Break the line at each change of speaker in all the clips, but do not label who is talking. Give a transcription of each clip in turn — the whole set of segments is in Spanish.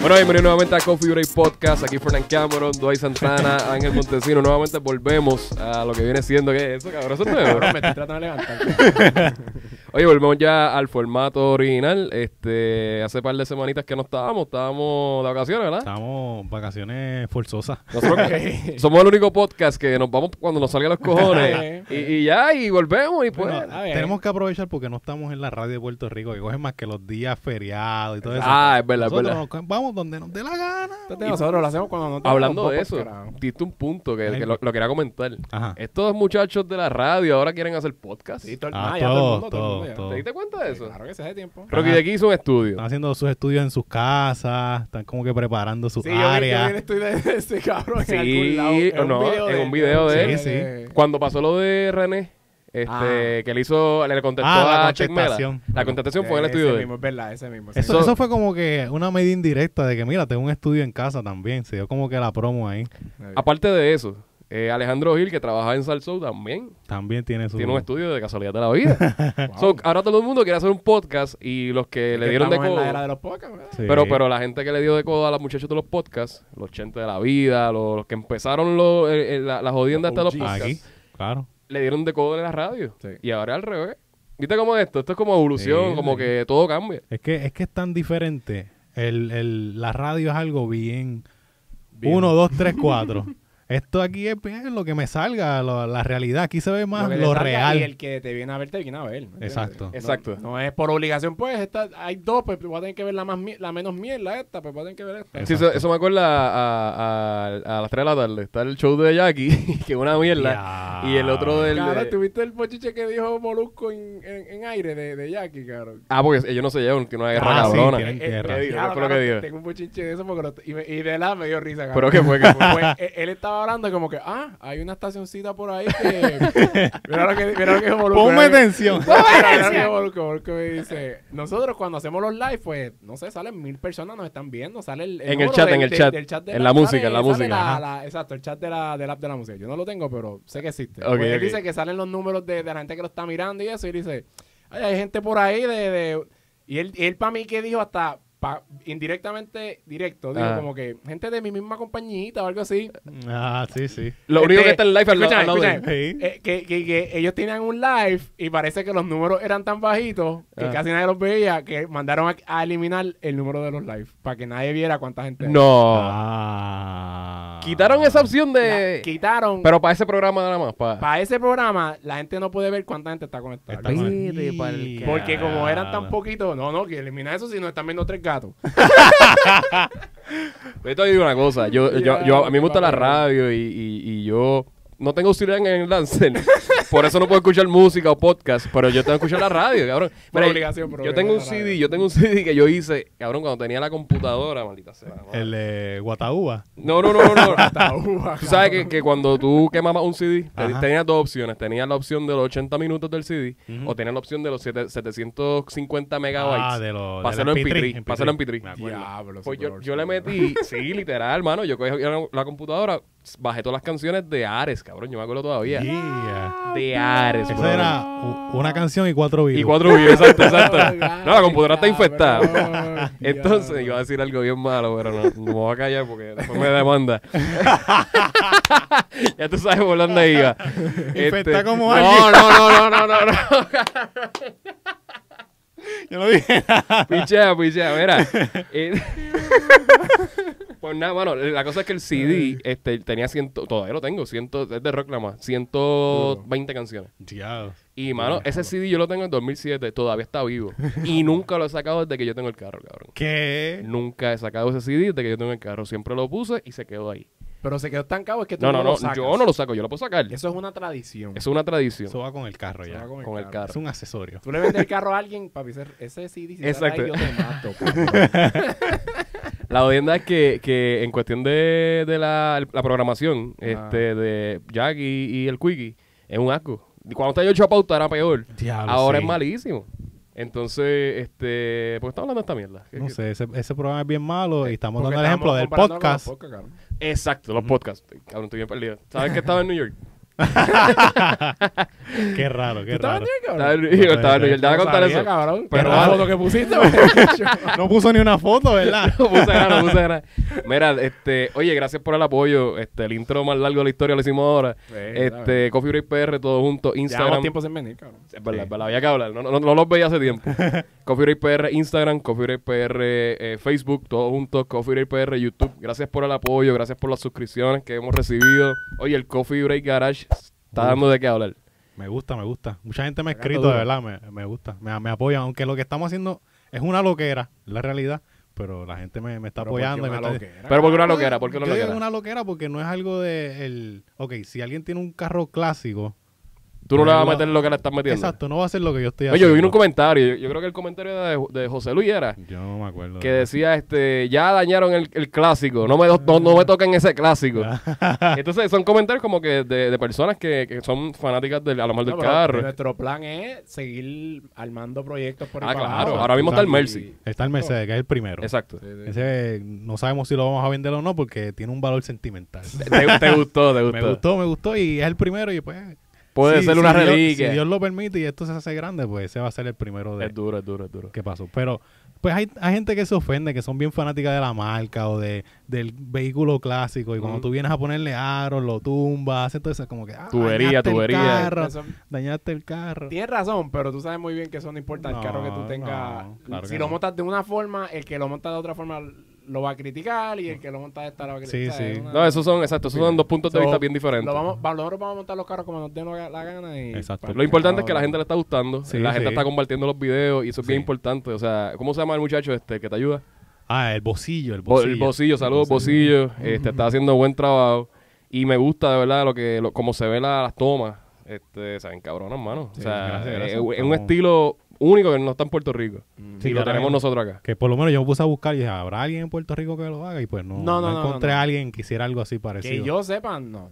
Bueno, bienvenidos nuevamente a Coffee Break Podcast. Aquí Fernán Cameron, Dwight Santana, Ángel Montesino. Nuevamente volvemos a lo que viene siendo. ¿Qué es eso, cabrón? Eso es nuevo.
Cabrón, me estoy tratando de levantar.
Oye, volvemos ya al formato original. Este, hace par de semanitas que no estábamos, estábamos de vacaciones, ¿verdad?
Estamos vacaciones forzosas.
Nosotros somos el único podcast que nos vamos cuando nos salgan los cojones. y, y ya, y volvemos y pues.
Bueno,
está bien.
tenemos que aprovechar porque no estamos en la radio de Puerto Rico, que cogen más que los días feriados y todo eso.
Ah, es verdad, es
Nosotros
verdad.
nos cogen- vamos donde nos dé la gana.
Entonces nosotros lo hacemos cuando no tenemos
Hablando
poco,
de eso,
carajo.
diste un punto que, que lo, lo quería comentar.
Ajá.
Estos muchachos de la radio ahora quieren hacer podcast.
Sí, todo,
Ah,
ah, ya todo el mundo,
todo,
todo el mundo. ya.
todo,
¿Te diste cuenta de
Sí,
eso?
Claro Ah, que se hace tiempo.
Rocky de aquí hizo un estudio.
Están haciendo sus estudios en sus casas, están como que preparando sus
Sí, yo vi, yo vi el
áreas.
estudio de ese cabrón
Sí,
en algún lado.
o no, en un video de
él.
de-
Cuando pasó lo de René, este,
Ah.
que le hizo, le contestó
Ah, la
a Check Mela.
contestación.
La contestación fue en el
ese
estudio de él.
mismo, es verdad, ese mismo. ese
Eso,
mismo.
eso fue como que una medida indirecta de que, mira, tengo un estudio en casa también. Se dio como que la promo ahí.
Aparte de eso, eh, Alejandro Gil, que trabaja en Salsou también,
También tiene su...
tiene un estudio de casualidad de la vida.
Wow.
So, ahora todo el mundo quiere hacer un podcast y los que
Es
le
que
dieron de
estamos en
codo.
la era de los podcasts, ¿verdad?
Sí.
Pero, pero la gente que le dio de codo a los muchachos de los podcasts, los chentes de la vida, los, los que empezaron lo- eh, eh, la, la jodienda hasta los
OGs.
podcasts,
Aquí, claro.
le dieron de codo en la radio.
Sí.
Y ahora al revés. ¿Viste cómo es esto? Esto es como evolución,
Sí,
como
sí.
que todo cambia.
Es que es, que es tan diferente. El, el- la radio es algo bien...
Bien.
Uno, dos, tres, cuatro. Esto aquí es bien lo que me salga, lo- la realidad. Aquí se ve más
que
lo,
te salga
real.
Y el que te viene a ver, te viene a ver. ¿me entiendes?
Exacto.
No-
Exacto.
No, es por obligación, pues. Esta, hay dos, pues voy a tener que ver la, más, mie- la menos mierda esta, pues voy a tener que ver esta.
Sí, eso, eso me acuerda a, a- a las 3 de la tarde. Está el show de Jackie, que es una mierda.
Ya.
Y el otro del. eh, de-
Claro, tuviste el pochiche que dijo Molusco en, en, en aire de, de Jackie, cabrón.
Ah, porque ellos no se llevan, que una guerra
Ah, sí,
cabrona.
tienen
¿Qué
guerra.
Eh, dijo? ¿Qué
Claro,
fue lo que
claro,
dijo?
Tengo un pochiche de eso porque lo- y, me- y de la me dio risa,
Pero
cabrón.
que fue que fue.
Pues, eh, él estaba hablando como que, ah, hay una estacioncita por ahí que... mira lo que, mira lo que dijo Molusco.
Ponme
mira lo que-
atención.
Mira lo que dijo Molusco. Molusco me dice, nosotros cuando hacemos los live, pues, no sé, salen mil personas, nos están viendo, sale el...
En el
oro
chat,
del-
en el
del-
chat.
del de
En la música, en la
sale
música,
la-
ajá.
la- exacto, el chat de la, del app de la música. Yo no lo tengo, pero sé que existe.
Ok,
Pues él
ok.
dice que salen los números de, de la gente que lo está mirando y eso, y dice, "Ay, hay gente por ahí de... de-". Y él, y él para mí que dijo hasta... pa- indirectamente directo, dijo
Ajá.
como que gente de mi misma compañita o algo así.
Ah, sí, sí.
Lo único
Este,
que está en live al lado-
escúchame,
al lado de él.
escúchame.
Sí.
Eh, que, que- que ellos tenían un live y parece que los números eran tan bajitos que
Ah.
casi nadie los veía que mandaron a, a eliminar el número de los live para que nadie viera cuánta gente.
No.
Ah.
Quitaron esa opción
La-
de.
quitaron.
Pero para ese programa nada más. Para...
para ese programa la gente no puede ver cuánta gente está conectada.
Está
Algo así.
mal.
Vete pa'l carajo.
Porque como eran tan poquitos, no, no, que elimina eso si no están viendo tres gatos.
Yo te digo una cosa, yo, yo,
Ya,
yo- a mí me gusta la
papá.
radio y, y- y yo no tengo auxiliar en el Lancer, por eso no puedo escuchar música o podcast, pero yo tengo que escuchar la radio, cabrón.
Por
Mira,
obligación, por
yo tengo un
obligación la
CD,
radio.
yo tengo un CD que yo hice, cabrón, cuando tenía la computadora, maldita sea. ¿no?
El de Guataúba.
No, no, no, no. no.
Uva,
Tú sabes que, que cuando tú quemabas un CD, te-
Ajá.
tenías dos opciones. Tenías la opción de los 80 minutos del CD o tenías la opción de los siete- 750 megabytes.
Ah, de los-
Para
del
hacerlo en
MP3,
Pitri. Para hacerlo en Pitri.
Me acuerdo.
Diablo.
Pues yo,
super
yo le metí, sí, literal, hermano. Yo cogí la, la computadora, s- bajé todas las canciones de Ares, cabrón. Yo me acuerdo todavía.
Yeah.
De Ares,
Esa
brother.
era u- una canción y cuatro videos.
Y cuatro videos, exacto, exacto.
Ay,
No, la computadora está
cabrón.
infectada. Entonces,
Diablo.
iba a decir algo bien malo, pero no, no me voy a callar porque después me demanda. ya tú sabes por dónde iba. Este,
Infecta como
no,
alguien.
no, no, no, no, no, no.
Yo no dije nada.
Pichea, pichea, mira. Eh, pues nada, bueno, la cosa es que el CD este, tenía ciento, todavía lo tengo, ciento, es de rock nada más, 120 canciones.
Diablo.
Y mano, ese CD yo lo tengo en 2007, todavía está vivo. Y nunca lo he sacado desde que yo tengo el carro, cabrón.
¿Qué?
Nunca he sacado ese CD desde que yo tengo el carro. Siempre lo puse y se quedó ahí.
Pero se quedó estancado, es que tú
No, no,
lo
no,
sacas.
yo no lo saco, yo lo puedo sacar. Es
Eso es una tradición.
una tradición
Eso va con el carro
Se
ya.
va
con el
Es
carro.
un accesorio.
Tú le vendes el carro a alguien, papi, ese, ese CD, si sale
Exacto.
ahí, yo te mato. cabrón.
La odienda es que, que en cuestión de, de la, la programación
Ah.
este, de Jack y, y el Quickie, es un asco. Y Cuando estaba yo hecho a pauta era peor.
Diablo,
Ahora
sí.
es malísimo. Entonces, este, ¿por qué estamos hablando de esta mierda? ¿Qué-
No
qué- Eh,
sé, ese, ese programa es bien malo y estamos
Porque
dando el
estamos
ejemplo del
comparándolo con los
podcast.
podcasts, cabrón.
Exacto, los podcasts. Cabrón, estoy bien perdido. ¿Sabes que estaba en New York?
Qué raro, qué
¿Estabas
raro.
bien,
Estaba
cabrón?
en New York, estaba en New York. Ya voy a
No
contar
sabía,
eso.
cabrón.
Pero
Pero la
vale.
foto que pusiste, pues, macho.
No puso ni una foto, ¿verdad?
No puse nada, no puse nada. Mira, este, oye, gracias por el apoyo. Este, el intro más largo de la historia lo hicimos ahora.
Sí,
Este, Coffee Break PR, todo junto,
Llevamos
Instagram.
tiempo sin venir, cabrón.
Es verdad, es verdad, había que hablar. No, no, no los veía hace tiempo. Coffee Break PR, Instagram, Coffee Break PR, eh, Facebook, todos juntos, Coffee Break PR, YouTube. Gracias por el apoyo, gracias por las suscripciones que hemos recibido. Oye, el Coffee Break Garage está dando de qué hablar.
Me gusta, me gusta. Mucha gente me ha
Sacando
escrito, de
duro.
verdad, me, me gusta. Me, me apoyan, aunque lo que estamos haciendo es una loquera, es la realidad, pero la gente me, me está
Pero
apoyando. y
porque
me
una
está-
loquera.
Pero porque una loquera, porque una
Yo digo
loquera.
una loquera porque no es algo de... El... Ok, si alguien tiene un carro clásico,
Tú no le vas a
Yo-
meter lo que le estás metiendo.
exacto, no va a ser lo que yo estoy
Oye,
haciendo.
yo vi un comentario, yo, yo creo que el comentario era de, de José Luis era,
Yo no me acuerdo.
que decía, este, ya dañaron el, el clásico, no me, do- no, no me toquen ese clásico. Entonces, son comentarios como que de, de personas que, que son fanáticas del, a lo mejor del
No, pero
carro.
Nuestro plan es seguir armando proyectos por
Ah,
para
claro.
abajo.
Ahora mismo está el
Y-
Mercy.
Está el Mercedes, que es el primero.
Exacto.
Sí, sí.
Ese no sabemos si lo vamos a vender o no porque tiene un valor sentimental.
Te, te gustó, te gustó.
me gustó, me gustó y es el primero y pues...
Puede
si-
ser
si
una
Dios-
reliquia.
si Dios lo permite y esto se hace grande, pues ese va a ser el primero de,
Es duro, es duro, es duro.
¿Qué pasó? Pero, pues hay, hay gente que se ofende, que son bien fanáticas de la marca o de, del vehículo clásico. Y cuando
Ujú.
tú vienes a ponerle aros, lo tumbas, hacen todo eso como que. ah,
Tubería,
dañaste
tubería.
El carro,
Eso-
dañaste el carro.
Tienes razón, pero tú sabes muy bien que eso no importa el
No,
carro que tú tengas.
no, claro
si
que
lo
no.
montas de una forma, el que lo monta de otra forma lo va a criticar y el que lo monta de esta lo va a criticar.
Sí,
O sea,
sí.
es una-
No, esos son, exacto, esos son dos puntos de
So,
vista bien diferentes.
Lo
Lo,
vamos, va- nosotros vamos a montar los carros como nos den la la gana y...
Exacto.
importante es que la gente le está gustando,
Sí,
la gente
sí.
está compartiendo los videos y eso es bien
Sí.
importante. O sea, ¿cómo se llama el muchacho este que te ayuda?
Ah, el bocillo, el
Bo-
bocillo.
el Bocillo, saludos Bocillo, este, está haciendo buen trabajo y me gusta de verdad lo que lo, como se ve la- las tomas, este, saben cabronas, mano. o
Sí,
sea, eh,
gracias,
es-
gracias.
es, un
Estamos-
estilo único que no está en Puerto Rico.
Sí,
y lo
ahora
tenemos
mismo.
nosotros acá.
Que por lo menos yo me puse a buscar y dije, ¿habrá alguien en Puerto Rico que lo haga? Y pues no,
No, no, no, no,
encontré
no.
a alguien que hiciera algo así
Que
parecido.
yo sepa, no.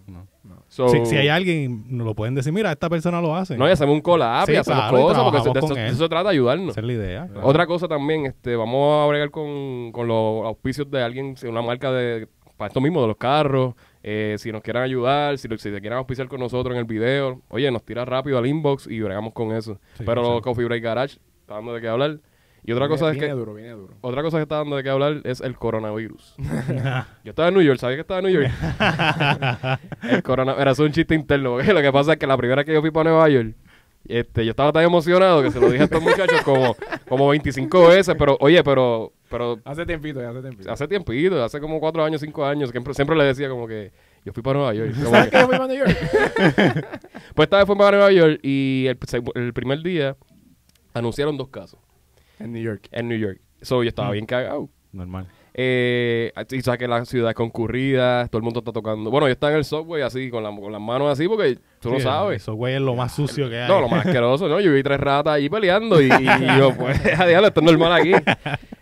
So-
si, si hay alguien, nos lo pueden decir, mira, esta persona lo hace.
No, y hacemos un collab y
Sí,
hacemos
claro, y
cosas, porque
trabajamos
eso- de
con
eso, de
él.
eso trata de ayudarnos.
Esa es la idea.
Otra cosa también, este, vamos a bregar con, con los auspicios de alguien, si una marca de, para esto mismo, de los carros, eh, si nos quieran ayudar, si, lo- si se quieren auspiciar con nosotros en el video, oye, nos tira rápido al inbox y bregamos con eso.
Sí,
Pero
exacto.
Coffee Break Garage está dando de qué hablar. Y otra cosa es
viene
que
duro, viene duro.
otra cosa que está dando de qué hablar es el coronavirus. Yo estaba en New York, sabía que estaba en New York. el coronavirus era un chiste interno. porque Lo que pasa es que la primera que yo fui para Nueva York, este, yo estaba tan emocionado que se lo dije a estos muchachos como, como 25 veces, pero oye, pero, pero
Hace tiempito, ya hace tiempito.
hace tiempito, hace como 4 años, 5 años, siempre, siempre le decía como que yo fui para Nueva York. Como
¿Sabes
que-
que yo fui para New York?
pues esta vez fui para Nueva York y el, seg- el primer día anunciaron dos casos
en New York.
en New York. So yo estaba bien cagado.
Normal.
Eh, y sabes que la ciudad es concurrida, todo el mundo está tocando. Bueno, yo estaba en el subway así, con, la- con las manos así, porque tú no
Sí,
sabes.
Eso, güey, es lo más sucio que hay.
No, lo más asqueroso, ¿no? Yo vi tres ratas ahí peleando y, y yo, pues, a diablo, esto es normal aquí.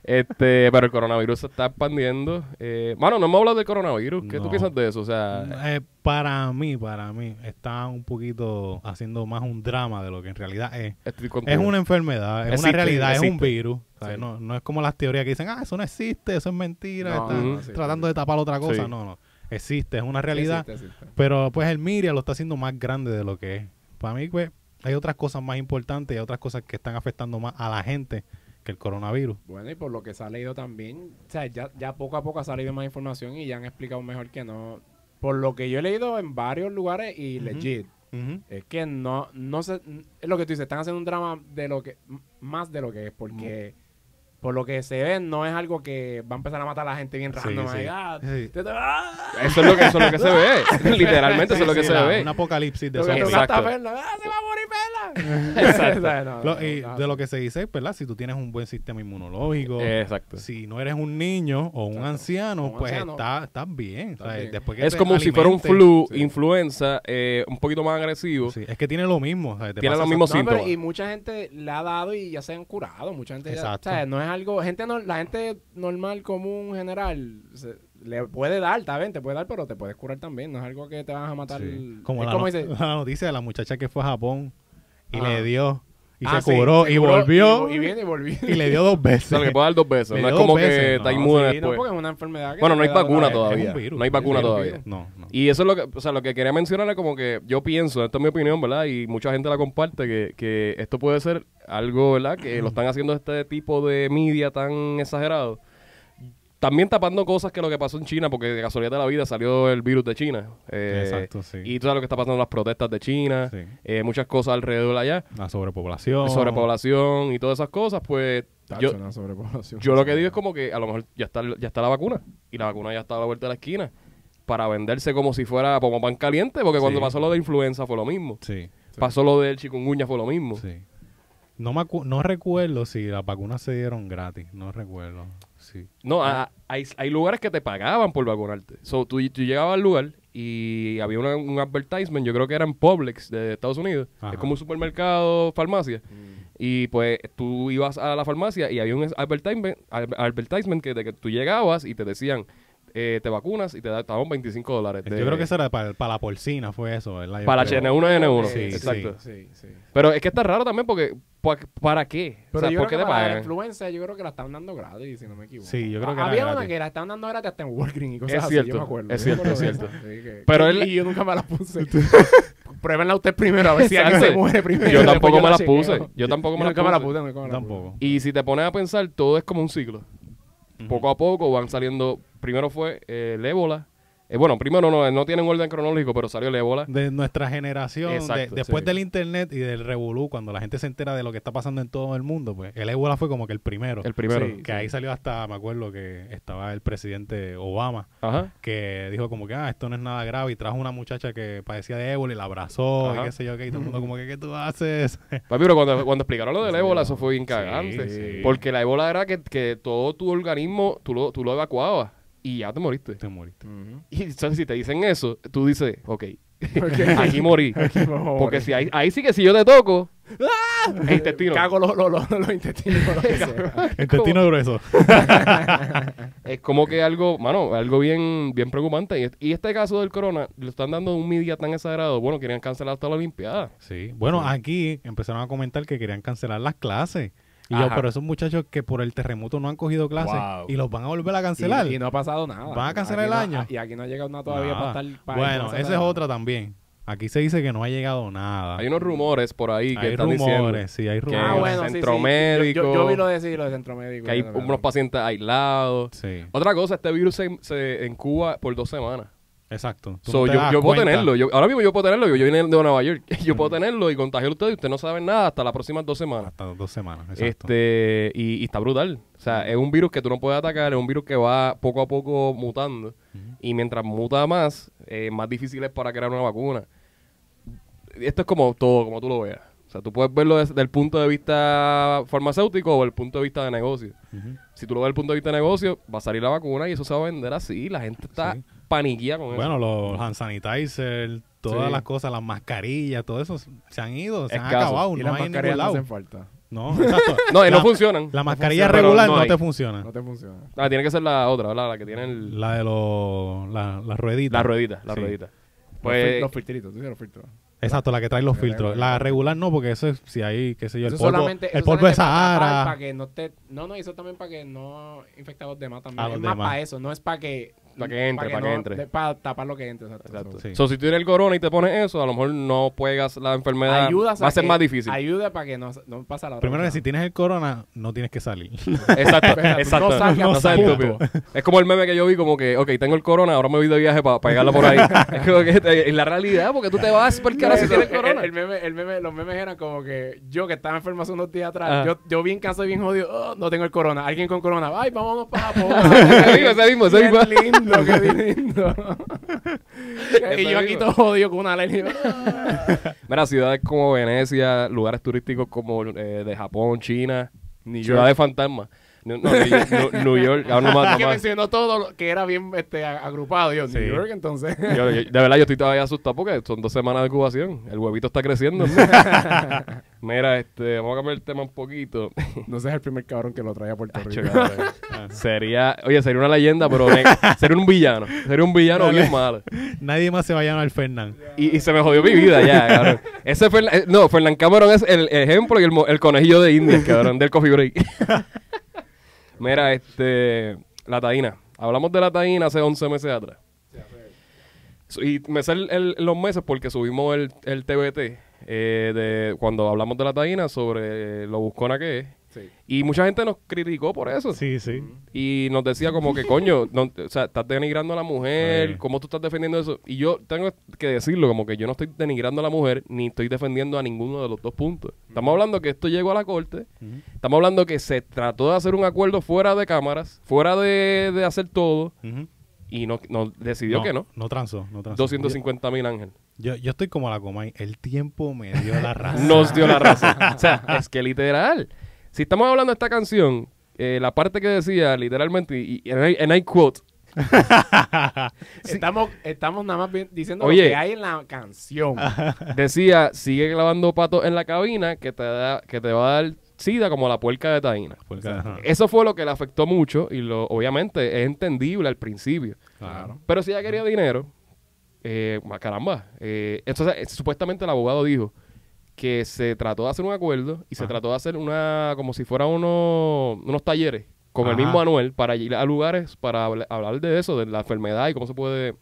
Este, pero el coronavirus se está expandiendo. Eh, mano, no hemos hablado del coronavirus. ¿Qué tú
No.
piensas de eso? O sea,
Eh, para mí, para mí, está un poquito haciendo más un drama de lo que en realidad es.
estoy contigo.
Es una enfermedad, es
Existe,
una realidad, es un
existe.
virus. ¿sabes? No, no es como las teorías que dicen, ah, eso no existe, eso es mentira,
No,
están
no
existe,
tratando de tapar otra cosa.
Sí.
No, no, existe, es una realidad.
Sí, existe, existe.
Pero pues el Miria lo está haciendo más grande de lo que es. Para mí, pues, hay otras cosas más importantes y hay otras cosas que están afectando más a la gente que el coronavirus.
Bueno, y por lo que se ha leído también, o sea, ya, ya poco a poco ha salido más información y ya han explicado mejor que no. Por lo que yo he leído en varios lugares y
Ujú.
legit, es que no, no sé, es lo que tú dices, están haciendo un drama de lo que, m- más de lo que es, porque por lo que se ve no es algo que va a empezar a matar a la gente bien
Sí,
random.
sí.
ahí, ah,
Sí.
te- te- ah,
Eso es lo que, eso es lo que se ve. Literalmente, eso es lo
Sí,
que
sí,
se
la-
ve.
Un apocalipsis de
lo que
zombies.
toca está
Exacto.
Perla, ah, se va a morir Perla.
Exacto.
O sea, no,
Lo-
no,
y
no.
de lo que se dice, ¿verdad? Si tú tienes un buen sistema inmunológico,
Exacto.
si no eres un niño o un
Exacto.
anciano,
Un
pues
anciano.
Estás, estás bien.
Estás
¿sabes?
bien.
Después que
Es
te
como si fuera un
alimentes-
flu,
Sí.
influenza, eh, un poquito más agresivo.
Sí, es que tiene lo mismo. ¿sabes? Te
Tiene
pasa
lo mismo
esa-
No, pero
síntomas.
y mucha gente le ha dado y ya se han curado. Mucha gente ya-
Exacto.
o sea, no es algo. gente no, La gente normal, común, general, se- le puede dar, está bien, te puede dar, pero te puedes curar también. No es algo que te vas a matar.
Sí.
el-
Como,
es
la,
como
no-
dice,
la noticia de la muchacha que fue a Japón y
Ajá.
le dio. y
Ah,
se
sí,
curó
se
y
curó,
volvió
Y,
y,
y viene y volvió.
le dio dos
O
veces.
sea, le puedo dar dos veces.
Le
No es
dio
como
dos veces,
que está
no,
inmune
Sí, no,
después.
porque es una enfermedad que
Bueno, no hay
te da
vacuna
una-
todavía. No hay vacuna
es un
todavía.
virus. No, no.
Y eso es lo que, o sea, lo que quería mencionar es como que yo pienso, esta es mi opinión, ¿verdad? Y mucha gente la comparte, que, que esto puede ser algo, ¿verdad? Que lo están haciendo este tipo de media tan exagerado. También tapando cosas que lo que pasó en China, porque de casualidad de la vida salió el virus de China. Eh,
Exacto, sí.
Y tú sabes lo que está pasando en las protestas de China,
Sí.
eh, muchas cosas alrededor allá,
La sobrepoblación.
sobrepoblación y todas esas cosas, pues
Tacho,
yo,
una sobrepoblación.
yo lo que digo es como que a lo mejor ya está, ya está la vacuna y la vacuna ya está a la vuelta de la esquina para venderse como si fuera como pan caliente, porque cuando
Sí.
pasó lo de influenza fue lo mismo.
Sí,
Pasó lo del chikungunya fue lo mismo.
sí. No, me acu- no recuerdo si las vacunas se dieron gratis. No recuerdo. Sí.
No,
Ah.
a- a- hay, hay lugares que te pagaban por vacunarte. So, tú, tú llegabas al lugar y había una- un advertisement, yo creo que era en Publix de Estados Unidos.
Ajá.
Es como un supermercado, farmacia. Y pues tú ibas a la farmacia y había un advertisement, ad- advertisement que, de que tú llegabas y te decían, eh, te vacunas y te da- te daban 25 dólares. de-
Yo creo que eso era para, para la porcina, fue eso, ¿verdad? Yo
Para la
creo.
HN1N1.
Sí,
exacto.
Sí, sí.
Pero es que está raro también porque, ¿pa- ¿para qué? O
Pero
sea,
yo
¿por qué
creo
te
que para la
pagan?
influenza yo creo que la están dando gratis, si no me equivoco.
Sí, yo creo que
Ah,
era
Había una
gratis.
que la estaban dando gratis hasta en Walgreens y cosas
Es
así, yo
cierto,
me acuerdo.
es
Yo me
cierto,
acuerdo
es
de eso. Sí, que-
Pero
y-
él-
Y yo nunca me la puse. Pruébenla usted primero, a ver si alguien
Exacto.
se muere
Yo
primero. y después
tampoco me las
chequeo.
puse. Yo tampoco me las
nunca me la
puse.
puse. nunca me la puse.
Tampoco.
Y si te pones a pensar, todo es como un ciclo. Poco a poco van saliendo. Primero fue eh, el ébola. Eh, bueno, primero no, no tienen orden cronológico, pero salió el ébola.
De nuestra generación, de-
Exacto,
después
sí.
del internet y del revolú, cuando la gente se entera de lo que está pasando en todo el mundo, pues el ébola fue como que el primero.
El primero.
Sí.
que ahí salió hasta, me acuerdo que estaba el presidente Obama,
Ajá.
que dijo como que, ah, esto no es nada grave, y trajo una muchacha que padecía de ébola y la abrazó,
Ajá.
y qué sé yo, qué, y todo el mundo como que, ¿qué tú haces?
Papi, pero cuando, cuando explicaron lo del
Sí,
ébola,
no.
eso fue bien
Sí,
cagante.
sí.
Porque la ébola era que, que todo tu organismo, tú lo, tú lo evacuabas y ya te moriste.
Te moriste.
Ujú.
Y entonces, si te dicen eso, tú dices, ok,
Porque-
aquí morí.
Aquí morí.
Porque si ahí, ahí sí que si yo te toco, el intestino.
Cago los, los, los, los intestinos. lo que sea.
Intestino grueso.
Es como que algo, mano, algo bien, bien preocupante. Y, es- y este caso del corona, lo están dando un media tan exagerado. Bueno, querían cancelar hasta la Olimpiada.
Sí. Bueno, aquí empezaron a comentar que querían cancelar las clases. Y yo,
Ajá.
pero esos muchachos que por el terremoto no han cogido clases
Wow.
y los van a volver a cancelar.
Y, y no ha pasado nada.
¿Van a cancelar
Aquí
el
no-
año?
Y aquí no ha llegado nada todavía
Ah.
Nada.
para estar. para-
bueno,
para
esa es
nada.
otra también. Aquí se dice que no ha llegado nada.
Hay unos rumores por ahí que
Hay
están diciendo
rumores, sí, hay
que
rumores.
Ah,
el
bueno, sí,
centro
sí. Yo-
médico-
Yo, yo, vi lo de sí, lo de centro médico.
que hay
yo también.
unos pacientes aislados.
Sí,
Otra cosa, este virus se, se- en Cuba por dos semanas.
exacto. Tú
So,
no te
yo
das
yo puedo
cuenta.
tenerlo. Yo, ahora mismo yo puedo tenerlo. Yo, yo vine de Nueva York. Yo puedo tenerlo y contagiar a ustedes. y Ustedes no saben nada hasta las próximas dos semanas.
Hasta dos semanas, exacto.
Este, y, y está brutal. O sea, es un virus que tú no puedes atacar, es un virus que va poco a poco mutando. Y mientras muta más, eh, más difícil es para crear una vacuna. Esto es como todo, como tú lo veas. O sea, tú puedes verlo desde el punto de vista farmacéutico o el punto de vista de negocio.
Ujú.
Si tú lo ves desde el punto de vista de negocio, va a salir la vacuna y eso se va a vender así. La gente está
Sí.
paniquía con eso.
Bueno, los hand sanitizer, todas
Sí.
las cosas, las mascarillas, todo eso se han ido, se han
Escaso.
acabado,
Y
no
las
hay en
mascarillas
ningún
no
lado.
hacen falta.
No, exacto.
No, y no
La-
funcionan.
La mascarilla
funciona, pero
regular
no
no,
hay.
te funciona.
No te funciona.
Ah, tiene que ser la otra, ¿verdad? La que tiene el-
La de los la, las rueditas.
la ruedita. La
Sí.
ruedita.
los,
Pues,
fil- los filtritos, tú dices los filtros.
Exacto, la que trae los
La
filtros.
regular.
La regular no, porque eso es, si hay, qué sé yo, el
Eso
polvo,
solamente-
el
eso
polvo de
solamente para tapar,
Sahara.
Para que no te... No, no, eso también para que no infecte a los demás también.
A
es
los
más
demás.
para eso, no es para que...
Pa' que entre, pa' que entre.
Para tapar lo que entre, exacto.
Exacto.
Sí.
So, si tú tienes el corona y te pones eso, a lo mejor no pegas la enfermedad.
Ayuda
va a ser más difícil.
Ayuda para que no, no pase a la otra
Primero, que si
persona.
tienes el corona, no tienes que salir.
Exacto,
Espera, tú
exacto.
no salgas,
No seas
punto.
estúpido. Es como el meme que yo vi, como que, ok, tengo el corona, ahora me voy de viaje para pegarla por ahí. es como que te- en la realidad, porque tú te vas por cara si
Eso,
tienes
el-
corona.
El, meme, el meme, los memes eran como que yo que estaba enfermo hace unos días atrás,
Ah.
Ajá.
yo, yo bien cansado y bien jodido, "Oh, no tengo el corona. Alguien con corona, ay, vámonos para Japón.
Ese mismo, ese mismo, ese
Qué
mismo.
lindo, qué lindo. y
Ese
yo aquí
mismo.
todo jodido con una alergia.
Mira, ciudades como Venecia, lugares turísticos como eh, de Japón, China,
New
ciudades fantasmas. No, no, New York, no- New York, ahora no más,
que
no más.
mencionó todo lo que era bien este, a- agrupado. Yo,
Sí.
New York, entonces.
Yo- yo- de verdad, yo estoy todavía asustado porque son dos semanas de incubación. El huevito está creciendo. Mira, este, vamos a cambiar el tema un poquito.
no seas el primer cabrón que lo trae a Puerto
Ah,
Rico.
sería, oye, sería una leyenda, pero ne- sería un villano. Sería un villano bien malo.
Nadie más se va a llamar Fernán.
Y, y se me jodió mi vida ya, cabrón. Ese Fernan- eh, no, Fernán Cameron es el ejemplo y el, mo- el conejillo de India, cabrón, del coffee break. Mira, este. La taína. Hablamos de la taína hace 11 meses atrás. Su- Y me sé el- el- los meses porque subimos el, el TBT eh, de cuando hablamos de la taína sobre lo buscona que es.
Sí.
Y mucha gente nos criticó por eso.
Sí, sí.
Y nos decía como que, coño, no- o sea, estás denigrando a la mujer,
Sí.
¿cómo tú estás defendiendo eso? Y yo tengo que decirlo, como que yo no estoy denigrando a la mujer, ni estoy defendiendo a ninguno de los dos puntos. Estamos hablando que esto llegó a la corte, estamos hablando que se trató de hacer un acuerdo fuera de cámaras, fuera de, de hacer todo,
Ujú.
y no, no- decidió que no.
No transó, no transó.
250 mil ángel.
Yo, yo estoy como la Comay. El tiempo me dio la razón.
Nos dio la razón. O sea, es que literal. Si estamos hablando de esta canción, eh, la parte que decía literalmente, y, y- and I- and I quote,
Estamos, estamos nada más vi- diciendo
Oye.
lo que hay en la canción.
Decía, sigue clavando patos en la cabina que te, da, que te va a dar sida como la puerca de Taína.
Porque, ajá.
Eso fue lo que le afectó mucho y lo, obviamente es entendible al principio.
Claro.
Pero si ella quería dinero, eh, ma- caramba. eh, entonces, eh, supuestamente el abogado dijo que se trató de hacer un acuerdo y se
Ajá.
trató de hacer una, como si fuera uno- unos talleres con el
Ajá.
mismo Anuel para ir a lugares para habl- hablar de eso, de la enfermedad y cómo se puede...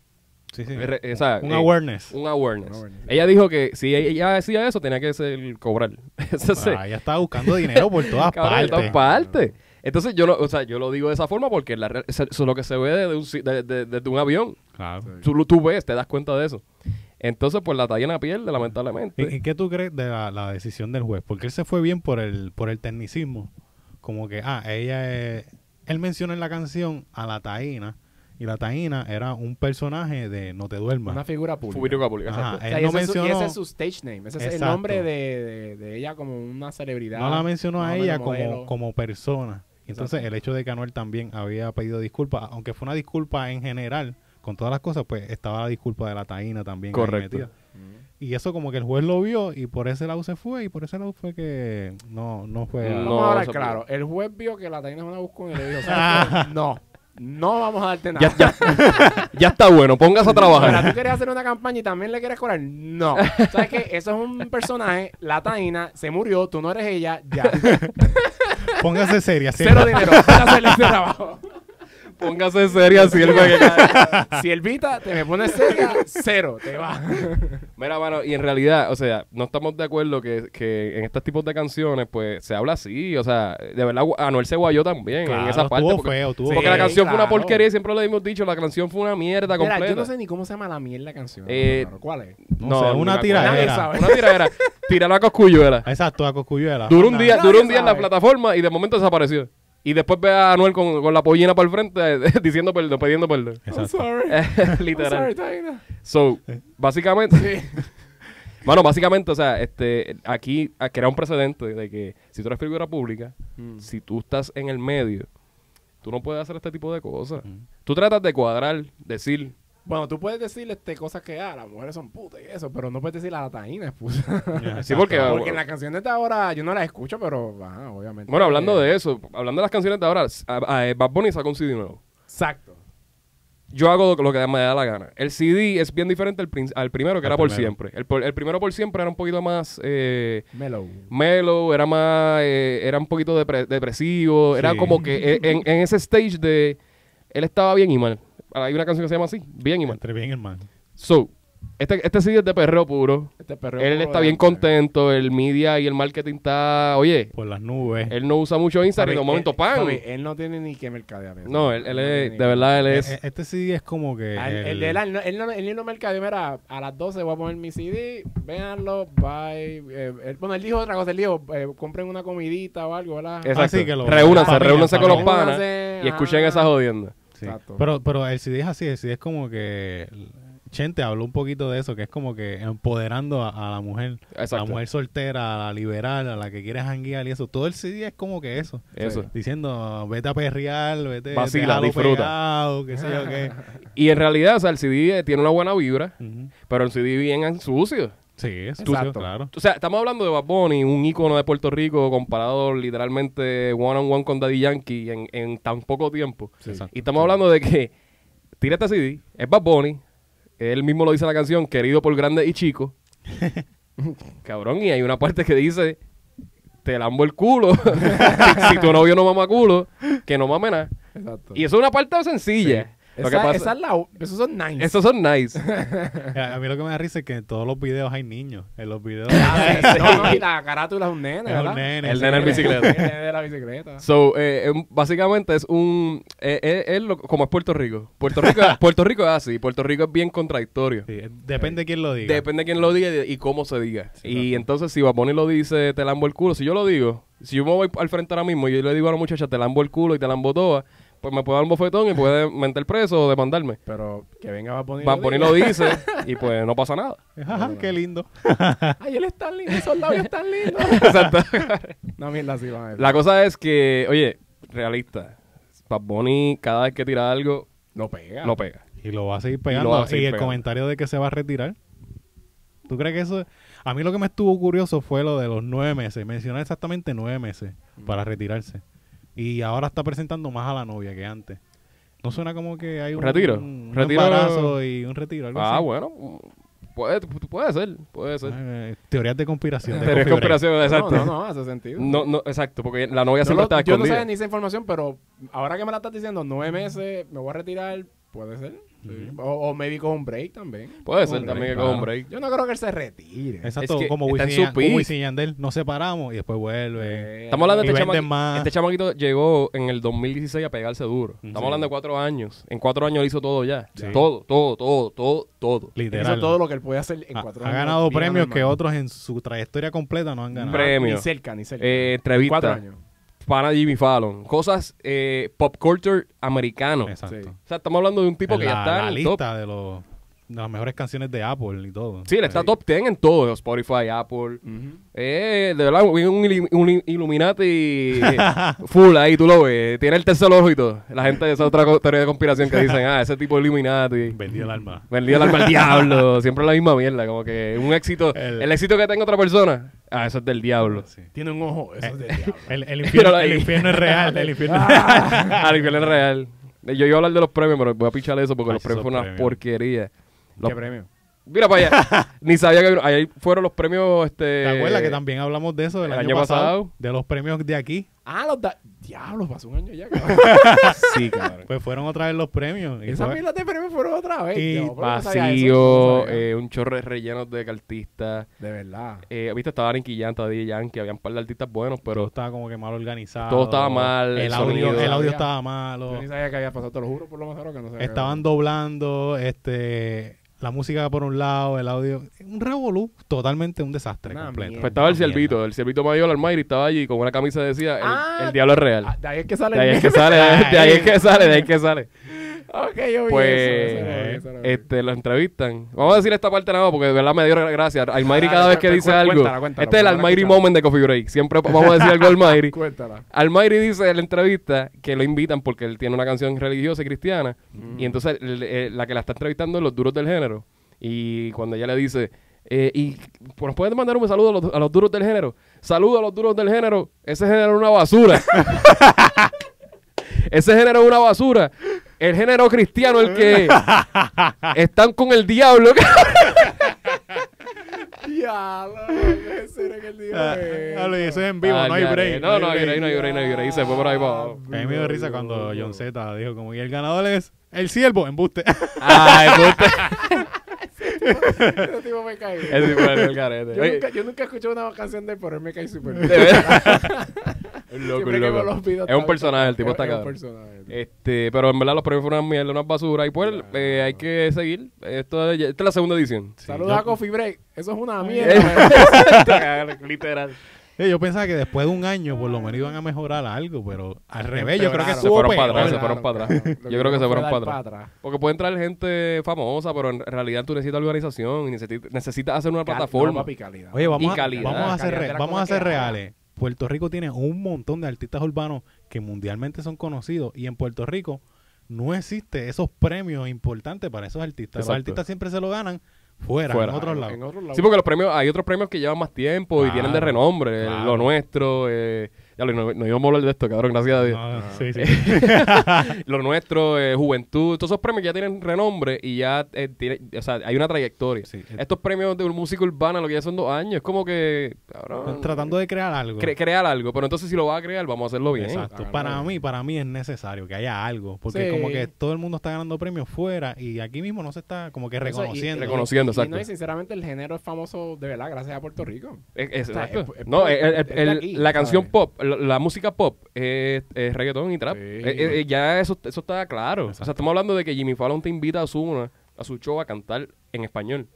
Sí, sí.
re- eh, o sea,
Un
eh,
awareness.
un awareness.
Un awareness.
Ella dijo que si ella decía eso, tenía que ser cobrar. Eso sí.
Ah, ella estaba buscando dinero por todas
Cabrón, de todas
partes.
partes. Entonces, yo lo, o sea, yo lo digo de esa forma porque la real- eso eso es lo que se ve desde un, si- de- de- desde un avión.
Claro.
Tú, lo- tú ves, te das cuenta de eso. Entonces, pues la talla en la pierde, lamentablemente.
¿Y, y qué tú crees de la, la decisión del juez? Porque él se fue bien por el, por el tecnicismo. Como que, ah, ella es- Él menciona en la canción a la Taína. Y la Taína era un personaje de No te duermas.
Una figura
Fue
pública.
Virgo Capulica,
Ajá,
exacto.
O sea,
Él
y
no
ese es su- y ese
mencionó-
es su stage name. Ese es el
Exacto.
nombre de, de- de ella como una celebridad.
no la mencionó a
más o
ella
menos
como,
modelo.
como persona. Entonces,
Exacto.
el hecho de que Anuel también había pedido disculpas, aunque fue una disculpa en general, con todas las cosas, pues estaba la disculpa de la Taína también. ahí
Correcto.
metida.
Mm.
Y eso como que el juez lo vio y por ese lado se fue y por ese lado fue que no, no fue... a-
No.
Vamos a hablar
eso-
claro. El juez vio que la taina es una buscón y le dijo, "¿Sabes qué? no, no vamos a darte nada.
Ah. Ya, ya- ya está bueno, póngase a
Ahora,
trabajar.
tú querías hacer una campaña y también le quieres cobrar. No. ¿Sabes qué? Eso es un personaje, la taína, se murió, tú no eres ella, ya.
Póngase seria,
Cero
seria.
dinero, vete a hacerle ese trabajo.
póngase seria, sirve que
Siervita, te me pones seria, cero, te va.
Mira, mano, y en realidad, o sea, no estamos de acuerdo que, que en estos tipos de canciones, pues, se habla así, o sea, de verdad, gu- Anuel se guayó también en
Claro,
esa parte.
estuvo
porque,
feo, estuvo
porque la
feo.
canción fue una
Claro.
porquería y siempre lo hemos dicho, la canción fue una mierda completa.
Mira, yo no sé ni cómo se llama la mierda canción.
Eh,
hermano, ¿Cuál es?
No, ni me
No, sé, una
acuerdo.
Nadie
tiradera.
sabe.
Una tiradera, tirarla a Coscuyuela.
Exacto, a Coscuyuela.
Duró un
Nadie
día, duró un día en la
sabe.
plataforma y de momento desapareció. Y después ve a Anuel con, con la pollina para el frente eh, diciendo perdón, pidiendo perdón.
I'm
Exacto.
sorry.
Eh,
I'm
Literal.
sorry, Taina.
So, básicamente. Bueno, básicamente, o sea, este, aquí ah, crea un precedente de que si tú eres figura pública,
Mm.
si tú estás en el medio, tú no puedes hacer este tipo de cosas.
Mm.
Tú tratas de cuadrar, decir,
Bueno, tú puedes decirle este, cosas que ah, las mujeres son putas y eso, pero no puedes decir la taína es puta.
sí, porque,
Porque en la canción de esta hora yo no la escucho, pero ah, obviamente.
bueno, hablando de eso, hablando de las canciones de ahora, s- a- a- eh, Bad Bunny sacó un CD nuevo.
Exacto.
Yo hago lo, lo que me da la gana. El CD es bien diferente al, prin- al primero que
Al
era por
primero.
siempre. El, por- el primero por siempre era un poquito más eh,
Mellow.
Melo, era más, eh, era un poquito depre- depresivo, era
Sí.
como que eh, en, en ese stage de, él estaba bien y mal. Hay una canción que se llama así, bien y mal.
Entre bien, hermano.
So, este, este CD es de perreo puro,
Este perro
él
puro
está
de
bien
antes.
contento, el media y el marketing está, oye,
Por las nubes.
él no usa mucho Instagram,
Papi,
y de un
eh,
momento,
él-
¡pam!
papi, él no tiene ni que mercadear. eso.
No, él, él
No tiene
es,
ni
de
que-
verdad, él es...
E- e- Este CD es como que...
Ah, él-
el-
él- él- él no- él no mercadeó, mira, a las 12 voy a poner mi CD, véanlo, bye. Eh, él- bueno, él dijo otra cosa, él dijo, eh, compren una comidita o algo, ¿verdad? Ah,
Exacto.
ah, sí, que lo-
reúnanse,
familia,
reúnanse con los
familia.
panas y escuchen
Ajá.
esa jodienda.
Sí.
Exacto.
Pero, pero el CD es así, el CD es como que... Chente habló un poquito de eso, que es como que empoderando a, a la mujer. A la
Exacto.
mujer soltera, a la liberal, a la que quiere janguear y eso. Todo el CD es como que eso.
Eso.
Diciendo, vete a perrear, vete
Vacila,
déjalo
disfruta.
pegado, qué sé yo qué.
Y en realidad, o sea, el CD eh, tiene una buena vibra,
Ujú.
pero el CD bien sucio.
Sí, eso,
Exacto.
claro.
O sea, estamos hablando de Bad Bunny, un ícono de Puerto Rico comparado literalmente one on one con Daddy Yankee en, en tan poco tiempo.
Exacto.
Y estamos hablando de que tira este CD, es Bad Bunny, él mismo lo dice en la canción, querido por grandes y chicos. Cabrón, y hay una parte que dice, te lambo el culo. si, si tu novio no mama culo, que no mame nada.
Exacto.
Y eso es una parte sencilla. Lo
esa,
que pasa-
esa es la, u- esos son nice.
Esos son nice.
eh, A a mí lo que me da risa es que en todos los videos hay niños. En los videos.
Ah, sí, no, no, y la carátula es un nene,
Es un
¿verdad?
nene.
El nene en bicicleta.
El nene de la bicicleta.
So, eh, em, básicamente es un... eh, eh, es lo- como es Puerto Rico. Puerto Rico, Puerto Rico es así. Puerto Rico es bien contradictorio.
Sí, eh, depende de quién lo diga.
Depende de quién lo diga y de- y cómo se diga.
Sí,
y
claro.
entonces, si Baboni lo dice, te lambo el culo. Si yo lo digo, si yo me voy al frente ahora mismo y yo le digo a la muchacha, te lambo el culo y te lambo toda, pues me puede dar un bofetón y puede meter preso o demandarme.
Pero que venga va a poner.
Baboni lo dice y pues no pasa nada.
Ajá, qué lindo.
Ay, él es tan lindo, esos labios tan lindos.
Exacto.
no, mierda, sí, va a ver.
La cosa es que, oye, realista. Baboni, cada vez que tira algo,
No pega.
lo pega.
Y lo va a
Y
seguir
lo
pegando.
va
Y,
a seguir
el
pegando.
comentario de que se va a retirar. ¿Tú crees que eso.? A mí lo que me estuvo curioso fue lo de los nueve meses. Mencionó exactamente nueve meses
Mm.
para retirarse. Y ahora está presentando más a la novia que antes. ¿No suena como que hay un,
Retiro.
un
Retiro-
embarazo y un retiro? Algo
Ah,
así?
bueno. Puede, puede ser, puede ser.
Ah, eh, Teorías de conspiración. de
Pero es
conspiración.
conspiración, exacto.
No, no, no, hace sentido.
No, no, exacto, porque la novia
yo
siempre
lo-
estaba
yo no
escondida.
sabía ni esa información, pero ahora que me la estás diciendo, nueve meses, me voy a retirar, puede ser. Sí. O, o maybe coge un break también.
Puede
Coge
ser
un
también que
break. Ah.
coja un break.
Yo no creo que él se retire.
Exacto,
Es que
como
está en
Wisin
su peak.
como Wisin y Yandel. Nos separamos y después
Eh,
vuelve.
Estamos hablando de
Y
este
venden
chamaquito.
más.
Este chamaquito llegó en el 2016 a pegarse duro. Estamos
Sí.
hablando de cuatro años. En cuatro años él hizo todo ya.
Sí.
Todo, todo, todo, todo, todo.
Hizo
Literal.
todo lo que él puede hacer en
ha,
cuatro
ha
años.
ganado
bien
premios que
normal.
otros en su trayectoria completa no han ganado.
Pre- Premio.
Ni cerca, ni cerca.
Eh,
En cuatro
entrevista.
años.
Pana Jimmy Fallon. Cosas eh, pop culture americano.
Exacto.
Sí.
O sea, estamos hablando de un tipo
En
que
la,
ya está
la
en el
lista
top.
De, los, de las mejores canciones de Apple y todo.
Sí, él está
Sí.
top 10 en todo. Spotify, Apple. Eh, de verdad, un, ili- un ili- Illuminati full ahí, tú lo ves. Tiene el tercer ojo y todo. La gente de esa otra co- teoría de conspiración que dicen, ah, ese tipo de Illuminati.
Vendió el alma.
Vendí el alma al diablo. Siempre la misma mierda. Como que un éxito.
El-
El, éxito que tenga otra persona. Ah, eso es del diablo.
Sí.
Tiene un ojo,
Eh,
eso es de diablo. Ah,
El, el infierno,
Míralo ahí.
el infierno es real. El infierno es real.
Al nivel es real. Eh, Yo iba a hablar de los premios, pero voy a pichar eso porque
Ay,
los premios
esos
fueron una
premios.
porquería. Los-
¿Qué premio?
Mira para allá. Ni sabía que había- ahí fueron los premios. Este,
¿Te acuerdas que también hablamos de eso del
el
año,
año
pasado,
pasado?
De los premios de aquí.
Ah, los da... Diablo, pasó un año ya, cabrón.
Sí, cabrón.
Pues fueron otra vez los premios. y
Esas
fue-
milas de premios fueron otra vez.
Y
yo, pero no sabía eso, no
Vacío,
sabía.
eh, un chorro de rellenos de artistas.
De verdad.
Eh, Viste, estaba Nicky Jam, estaba DJ Yankee, había un par de artistas buenos,
todo
pero
estaba como que mal organizado.
Todo estaba mal,
El,
el
audio,
sonido.
el audio
Sabía.
estaba malo.
Yo ni sabía que había pasado, te lo juro por lo más raro que no sabía.
Estaban doblando, este, la música por un lado, el audio, un revolú, totalmente un desastre
Una
completo.
mierda.
pues estaba el
Una
Ciervito, el Ciervito Mayor, Almighty, estaba allí con una camisa que decía, el,
Ah.
el diablo es real.
Ah, de ahí es que sale
De ahí
el
es que sale, de ahí es que sale, de ahí es que sale.
Ok, yo vi eso, eso lo vi,
Pues,
eso lo vi.
este, lo entrevistan. Vamos a decir esta parte nada más porque de verdad me dio gracia. Almighty cada vez que
Ah, Cuéntala,
dice
cuéntala,
algo. Este es
cuéntala,
el
porque no la
Almighty
escuchamos.
moment de Coffee Break. Siempre vamos a decir algo Almighty.
Cuéntala.
Almighty dice en la entrevista que lo invitan porque él tiene una canción religiosa y cristiana. Y entonces el- el- la que la está entrevistando es los duros del género. Y cuando ella le dice, eh, y pues, nos pueden mandar un saludo a los, a los duros del género. Saludo a los duros del género. Ese género es una basura. Ese género es una basura. El género cristiano, el que están con el diablo.
Diablo, ¿qué será que él dijo
Ah,
eso?
ah, lo hizo en vivo, no hay
Ah,
break.
No, no,
hay
hay break,
break.
no hay break, no hay break. Y se fue por ahí para abajo.
A mí me dio risa cuando John Z dijo como, y el ganador es el siervo, embuste.
Ay, puta.
Ese Este tipo me cae.
Ese tipo era el garete.
Yo
Oye,
nunca, yo nunca escuché una canción de él, pero él me cae súper
De
bien.
verdad. Un loco,
Siempre
un
que
loco.
veo los videos,
Es un
está-
personaje, el tipo
es-
está
es un
cabrón.
personaje.
Este, pero en verdad los premios fueron una mierda, una basura. Y pues eh, hay que seguir. Esto, es- esta es la segunda edición.
Saludos a Coffee Break. Eso es una mierda.
Eh, Literal.
Eh, yo pensaba que después de un año por lo menos iban a mejorar algo, pero al revés, yo creo
Empeoraron.
que
Se
estuvo
fueron para atrás, se
peor.
fueron para atrás.
Claro, lo
Yo creo que se
fue
fueron
dar
para atrás. Porque puede entrar gente famosa, pero en realidad tú necesitas organización y necesiti- necesitas hacer una
Cal- No,
plataforma.
papi, calidad.
Oye,
Y
vamos, a,
calidad.
vamos a ser,
Calidad
re-
de la
vamos a
cosa
ser
que haga.
reales. Puerto Rico tiene un montón de artistas urbanos que mundialmente son conocidos y en Puerto Rico no existe esos premios importantes para esos artistas. Los
Exacto.
artistas siempre se lo ganan fuera,
Fuera.
en otros lados.
En otros lados.
Sí, porque los premios, hay otros premios que llevan más tiempo y
Claro,
vienen de renombre. el-
claro.
Lo nuestro, eh, Ya lo, no, no íbamos a hablar de esto, cabrón, gracias a Dios.
No, sí, sí.
Lo nuestro, eh, juventud, todos esos premios que ya tienen renombre y ya eh, tiene- o sea, hay una trayectoria.
Sí.
Estos premios de música urbana, lo que ya son dos años, es como que, cabrón,
Tratando de crear algo.
cre- crear algo. Pero entonces si lo vas a crear, vamos a hacerlo bien.
Exacto.
Háganlo
Para
bien.
mí, para mí es necesario que haya algo.
Sí.
Porque como que todo el mundo está ganando premios fuera y aquí mismo no se está como que
Eso, y-
reconociendo.
Reconociendo,
y- y no,
exacto.
y sinceramente el género es famoso de verdad gracias a Puerto Rico.
Es- es-
O sea,
E-, exacto.
es- es
no,
pop,
el- el-
es de
el-
aquí,
la canción
¿sabes?
pop, la, la música pop es, es reggaetón y trap.
Sí.
Eh, eh, eh, ya eso, eso está claro. O
Exacto.
sea, estamos hablando de que Jimmy Fallon te invita a su, a su show a cantar en español.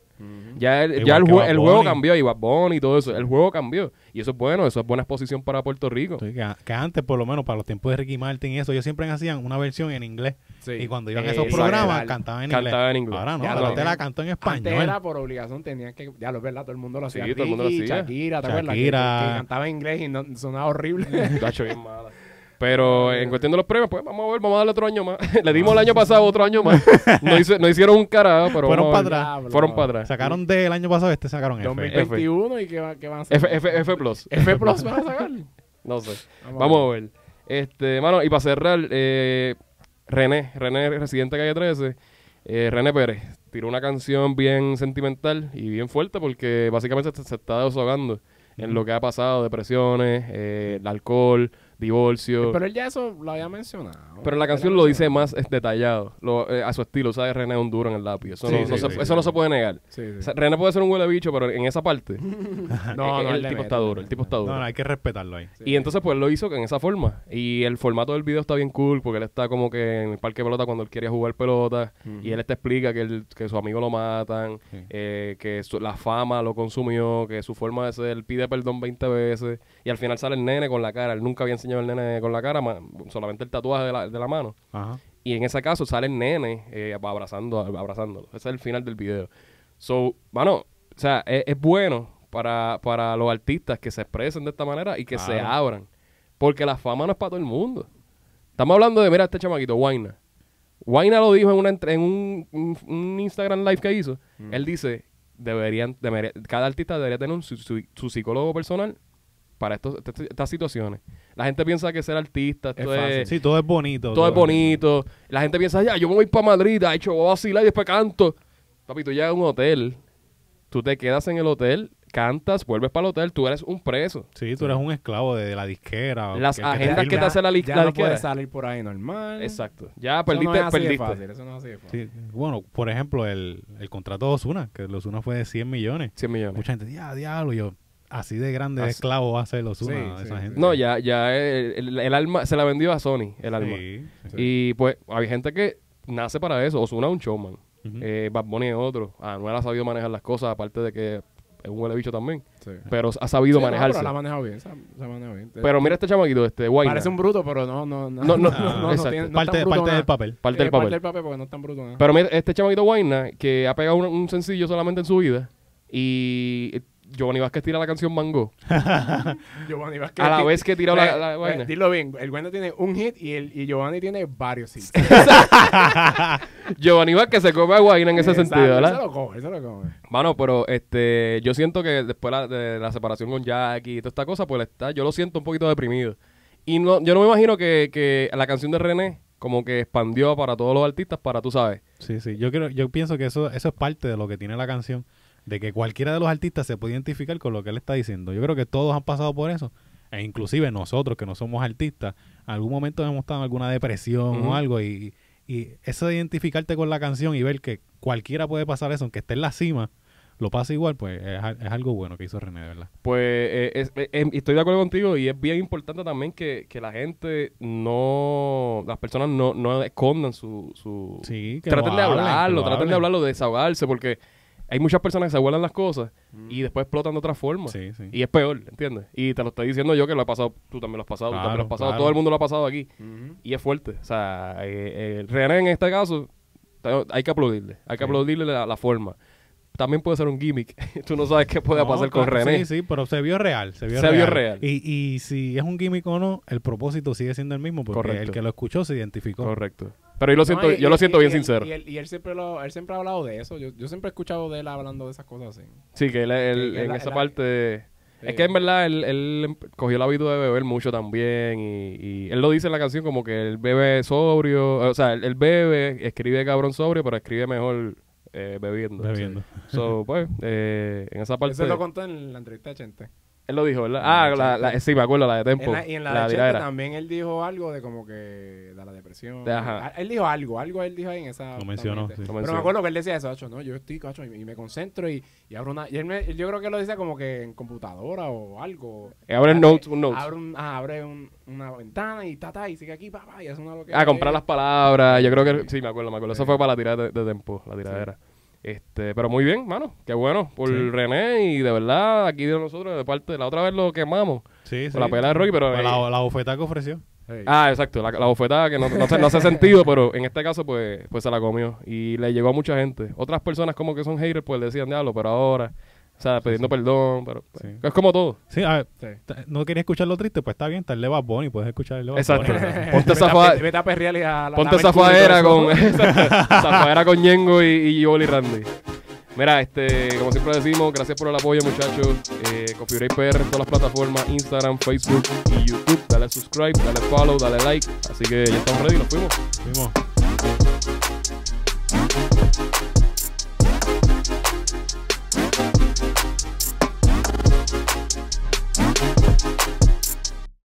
Ya, el,
Igual
ya el,
que
jue-
Bad
el juego
Bunny.
cambió y Bad Bunny y todo eso. El juego cambió. Y eso es bueno, eso es buena exposición para Puerto Rico.
Sí, que, que antes, por lo menos, para los tiempos de Ricky Martin y eso, ellos siempre hacían una versión en inglés.
Sí.
Y cuando iban a
Eh,
esos
exacto.
programas, cantaban en inglés.
Cantaba en inglés.
Ahora no,
Ya,
ahora
no.
te la cantó en
Antes
español.
era por obligación, tenían que. Ya lo es verdad, todo el mundo lo
Sí,
hacía.
todo el mundo lo
Ricky,
hacía.
Shakira, ¿te acuerdas? Que-
Shakira.
Que, cantaba en inglés y no, sonaba horrible.
Tacho, bien mala. Pero en cuestión de los premios, pues vamos a ver, vamos a darle otro año más. Le dimos
Ah.
el año pasado otro año más. No, hice- no hicieron un carajo, pero.
Fueron
vamos a ver.
para
atrás.
Fueron para atrás.
Sacaron del año pasado, este sacaron F.
2021 y qué, va- qué van a
F,
sacar.
F, F Plus.
F Plus van a sacar.
No sé.
Vamos a
Vamos a ver. Este, mano, y para cerrar, eh, René, René, residente de calle 13, eh, René Pérez, tiró una canción bien sentimental y bien fuerte porque básicamente se, se está desahogando en lo que ha pasado, depresiones, eh, el alcohol, divorcio.
Pero él ya eso lo había mencionado.
Pero en la canción lo dice más es, detallado, lo- eh, a su estilo, ¿sabes? René es un duro en el lápiz, eso,
Sí,
no,
sí,
no se,
sí,
eso no se puede negar.
Sí, sí.
O sea, René puede ser un huele bicho, pero en esa parte,
No,
eh,
no,
el,
él le
tipo
mete,
está duro, el tipo está duro.
No, no, hay que respetarlo ahí.
Y entonces pues lo hizo en esa forma. Y el formato del video está bien cool porque él está como que en el parque de pelota cuando él quería jugar pelota y él te explica que, él- que su amigo lo matan,
Sí.
eh, que su- la fama lo consumió, que su forma de ser pide perdón 20 veces y al final sale el nene con la cara. Él nunca había enseñado el nene con la cara, ma- solamente el tatuaje de la, de la mano.
Ajá.
Y en ese caso sale el nene eh, abrazando, abrazándolo. Ese es el final del video. So, bueno, o sea, es, es bueno para, para los artistas que se expresen de esta manera y que se
Claro.
abran. Porque la fama no es para todo el mundo. Estamos hablando de, mira, este chamaquito, Waina. Waina lo dijo en, una, entre- en un, un- un Instagram live que hizo. Él dice, deberían, debería- cada artista debería tener un su, su- su psicólogo personal para estos- estas- estas situaciones. La gente piensa que ser artista esto
Es fácil.
es-
Sí, todo es bonito.
todo es bonito. La gente piensa, ya, yo me voy para Madrid, ha hecho, voy a vacilar y después canto. Papi, tú llegas a un hotel, tú te quedas en el hotel, cantas, vuelves para el hotel, tú eres un preso.
Sí, tú eres un esclavo de, de la disquera. o
Las
que- que te
agendas que
firme.
te hace la, li-
Ya
la
no
disquera.
puedes salir por ahí normal.
Exacto. Ya
Mm. Eso no
perdiste,
es así de
perdiste.
fácil, eso no es así de fácil.
Sí, bueno, por ejemplo, el, el contrato de Osuna, que el Osuna fue de 100 millones.
100 millones.
Mucha gente, ya, diablo, yo, así de grande de
Así-
esclavo va a ser Osuna.
Sí,
esa
sí,
gente.
No, ya, ya el, el- el alma se la vendió a Sony, el alma.
Sí, sí.
Y pues hay gente que nace para eso. Osuna es un showman.
Ujú.
eh, Bad Bunny es otro. Anuel ha sabido manejar las cosas, aparte de que es un huele bicho también.
Sí.
Pero ha sabido
Sí, no,
manejarse.
pero la ha manejado bien, se ha se ha manejado bien.
Pero mira este chamaquito, este Guayna.
Parece un bruto, pero no, no, no.
No, no, exacto.
no, tiene- no es
parte
tan bruto
parte
nada.
del papel.
Parte
Eh,
del papel.
Parte del papel porque no es tan bruto nada.
Pero mira, este chamaquito Guayna, que ha pegado un, un sencillo solamente en su vida, y Giovanni Vázquez tira la canción Mango.
Giovanni Vázquez.
A la vez que tira la,
Eh,
la
eh,
vaina.
Dilo bien, el Wenda tiene un hit y, el, y Giovanni tiene varios hits.
Giovanni Vázquez se come a Guayna en ese
Exacto,
sentido,
Eso
¿verdad?
lo come, eso lo come.
Mano, pero este, yo siento que después la- de la separación con Jackie y toda esta cosa, pues está, yo lo siento un poquito deprimido. Y no, yo no me imagino que, que la canción de René como que expandió para todos los artistas, para tú sabes.
Sí, sí. Yo creo, yo pienso que eso, eso es parte de lo que tiene la canción, de que cualquiera de los artistas se puede identificar con lo que él está diciendo. Yo creo que todos han pasado por eso, e inclusive nosotros que no somos artistas, algún momento hemos estado en alguna depresión
Ujú.
o algo y, y eso de identificarte con la canción y ver que cualquiera puede pasar eso, aunque esté en la cima, lo pasa igual, pues es, al- es algo bueno que hizo René, de ¿verdad?
Pues eh, es- eh, em, estoy de acuerdo contigo y es bien importante también que, que la gente no, las personas no, no escondan su... su
Sí, que lo
traten de
hablen, que
hablarlo,
lo
traten de
hablen.
hablarlo, de desahogarse, porque hay muchas personas que se abuelan las cosas y después explotan de otra forma.
Sí, sí.
Y es peor, ¿entiendes? Y te lo estoy diciendo yo que lo he pasado, tú también lo has pasado, tú también lo
Claro,
has pasado,
claro.
todo el mundo lo ha pasado aquí. Y es fuerte. O sea, eh, eh, René en este caso, te- hay que aplaudirle, hay que
Sí.
aplaudirle la, la forma. También puede ser un gimmick. tú no sabes qué puede
No,
pasar con
claro,
René.
Sí, sí, pero se vio real. Se vio
Se
real.
vio real.
Y, y si es un gimmick o no, el propósito sigue siendo el mismo porque
Correcto.
el que lo escuchó se identificó.
Correcto. Pero yo lo siento,
No, y-
yo lo
y-
siento
y
bien
él-
sincero.
Y él, y él siempre lo, él siempre ha hablado de eso. Yo, yo siempre he escuchado de él hablando de esas cosas así.
sí, que él, él-
y él-
en
él-
esa
él-
parte... Es que en verdad él, él cogió el hábito de beber mucho también y, y él lo dice en la canción como que él bebe sobrio, o sea, él, él bebe, escribe cabrón sobrio, pero escribe mejor eh, bebiendo.
Bebiendo.
So, pues, eh, en esa parte...
Eso lo contó en la entrevista de Chente.
Él lo dijo, ¿verdad? Ah, la, la- sí, me acuerdo, la de Tempo.
En la- y en la, de Chente
tiradera.
también él dijo algo de como que de la depresión.
De- ajá.
Ah, Él dijo algo, algo él dijo ahí en esa.
Lo mencionó,
también. este.
sí. Lo
Pero me
mencionó.
acuerdo que él decía eso, "Acho, no, yo estoy, cacho, y, y me concentro y, y abro una. Y él me- yo creo que lo decía como que en computadora o algo.
Eh, Abre el notes, un notes.
Abre, un- ah, abre un- una ventana y ta, ta, y sigue aquí, pa, pa, y hace una loquera.
A Ah, comprar las palabras, yo creo que sí, me acuerdo, me acuerdo. Eso fue para la tirada de, de tempo, la tiradera. Este, pero muy bien, mano. Qué bueno por
Sí.
René y de verdad aquí de nosotros, de parte, la otra vez lo quemamos.
Sí, sí.
Con la pelea de Rocky, pero,
Pues
eh,
la, la bofetada que ofreció.
Sí.
Ah, exacto, la, la bofetada que no, no, se- no hace sentido, pero en este caso pues, pues se la comió y le llegó a mucha gente. Otras personas como que son haters pues le decían diablo, pero ahora, o sea, pidiendo perdón, pero pues,
Sí.
es como todo.
Sí, a ver,
Sí.
t- no quería escuchar lo triste, pues está bien, tal Bad Bunny, puedes escuchar el de Bad
Exacto.
Bunny.
Ponte
Vete a-
esa fa-
vete- vete a perrear y a la-
Ponte
lame el culo y todo
zafadera
eso.
con. Exacto. zafadera con Ñengo y, y Jolly Randy. Mira, este, como siempre decimos, gracias por el apoyo, muchachos. Eh, Copyright PR en todas las plataformas, Instagram, Facebook y YouTube. Dale subscribe, dale follow, dale like. Así que ya estamos ready, nos fuimos.
Fuimos.